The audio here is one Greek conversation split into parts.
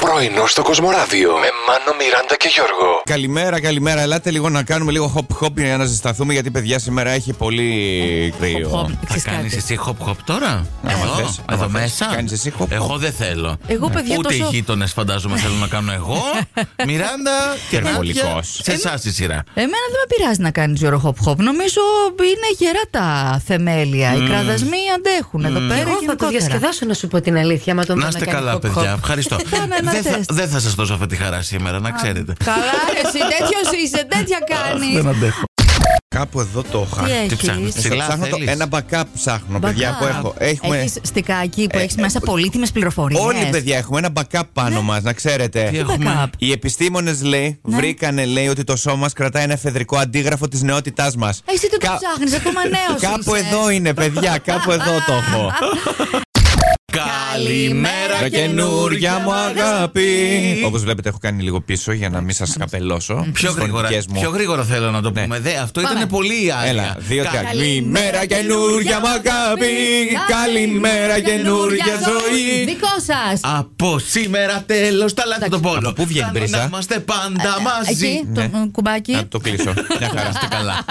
Πρωινό στο Κοσμοράδιο με Μάνο, Μιράντα και Γιώργο. Καλημέρα, καλημέρα. Ελάτε λίγο να κάνουμε λίγο hop hop για να ζεσταθούμε γιατί παιδιά σήμερα έχει πολύ κρύο. Hop-hop, Θα ξέρεις κάνει κάτι. εσύ hop hop τώρα. Άμα Εδώ, θες, άμα εδώ θες. μέσα. Κάνεις εσύ hop-hop. Ναι. Εγώ δεν θέλω. Εγώ, παιδιά, Ούτε τόσο- οι γείτονες φαντάζομαι θέλουν να κάνω εγώ. Μιράντα και Υπερβολικός. Νάντια, Σε εσά η σειρά. Εμένα δεν με πειράζει να κάνεις Γιώργο Χοπ Χοπ. Νομίζω είναι γερά τα θεμέλια. Οι κραδασμοί αντέχουν εδώ πέρα. Εγώ θα το γενικότερα. διασκεδάσω να σου πω την αλήθεια. άμα το δω Να είστε κάνει καλά, hop-hop. παιδιά. Ευχαριστώ. Κάνε ένα Δεν θα- τεστ. Δεν θα σας δώσω αυτή τη χαρά σήμερα, να ξέρετε. Καλά, ρε, εσύ τέτοιος είσαι, τέτοια κάνεις. Δεν αντέχω. Κάπου εδώ το είχα. Τι Τι έχεις? ψάχνεις, Στο ψηλά ψάχνω το- θέλεις? ένα backup ψάχνω, παιδιά, που έχω. Έχουμε... Έχεις Ναι. στικάκι που Ε, έχεις ε, μέσα πολύτιμες πληροφορίες. Όλοι, παιδιά, έχουμε ένα backup πάνω Ναι. μας, να Τι ξέρετε. έχω. έχουμε. Οι επιστήμονες λέει, βρήκανε λέει ότι το σώμα μας κρατάει ένα εφεδρικό αντίγραφο της νεότητάς μας. Ε, Εσύ δεν το ψάχνεις, ακόμα νέος. Κάπου εδώ είναι, παιδιά, κάπου εδώ το έχω. Καλημέρα, Τα Καλημέρα καινούργια μου αγάπη. αγάπη. Όπως βλέπετε, έχω κάνει λίγο πίσω για να μην σας καπελώσω. Πιο Τις γρήγορα, φωνικές μου. Ναι. πιο γρήγορα θέλω να το πούμε. Δε, αυτό ήταν πολύ η άγνοια. Έλα, δύο Κα- τρία. Ναι, Καλημέρα καινούργια μου αγάπη. Καλημέρα καινούργια ζωή. Δικό σας. Από σήμερα τέλος τα λάθη των πόλων. πού βγαίνει, Μπρίζα? Να είμαστε πάντα μαζί. Εκεί, το ε, Να κουμπάκι. το κλείσω. Μια χαρά. Καλά.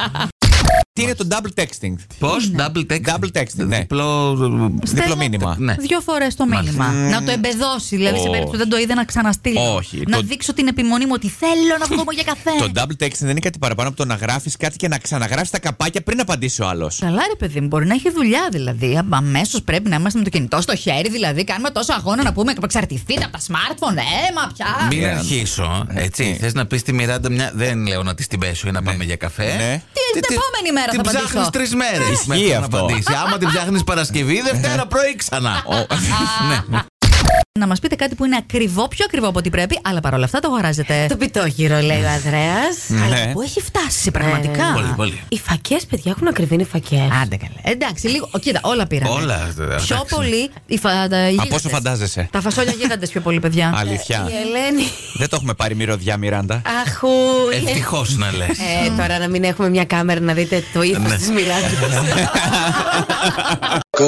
Τι είναι το double texting. Πώς, double text. Double texting, ναι. Διπλό. Διπλό μήνυμα. Ναι. Δύο φορές το μήνυμα. Να το εμπεδώσει, δηλαδή σε Όχι. περίπτωση που δεν το είδε να ξαναστείλει. Όχι. Να Το- δείξω την επιμονή μου ότι θέλω να βγω για καφέ. Το double texting δεν είναι κάτι παραπάνω από το να γράφεις κάτι και να ξαναγράφεις τα καπάκια πριν απαντήσει ο άλλος. Καλά, ρε παιδί μου, μπορεί να έχει δουλειά δηλαδή. Αμέσως πρέπει να είμαστε με το κινητό στο χέρι, δηλαδή. Κάνουμε τόσο αγώνα να πούμε εξαρτηθείτε από τα smartphone, έμα πια. Μην Μιράντα. αρχίσω. Έτσι. Ναι. Θες να πεις στη Μιράντα μια. Δεν λέω να τη την πέσω ή να πάμε για καφέ. Ναι. Τι, την επόμενη μέρα την θα απαντήσω. ψάχνεις τρεις μέρες. Ισχύει αυτό. Άμα την ψάχνεις Παρασκευή, Δευτέρα πρωί ξανά. Ναι. Να μας πείτε κάτι που είναι ακριβό, πιο ακριβό από ό,τι πρέπει, αλλά παρόλα αυτά το αγοράζετε. Το πιτόγυρο, λέει ο Ανδρέας. Ναι. Πού έχει φτάσει πραγματικά. Πολύ, πολύ. Οι φακές, παιδιά, έχουν ακριβή είναι φακές. Άντε καλά. Εντάξει, λίγο. Κοίτα, όλα πήραμε. Όλα, Πιο εντάξει. πολύ. Οι φα... τα Από γίγαντες. όσο φαντάζεσαι. Τα φασόλια γίγαντες πιο πολύ, παιδιά. Η Αλήθεια. Ελένη. Δεν το έχουμε πάρει μυρωδιά, Μιράντα. Αχού. Ευτυχώς να λες. Ε, τώρα να μην έχουμε μια κάμερα να δείτε το ύφος Ναι. της Μιράντας.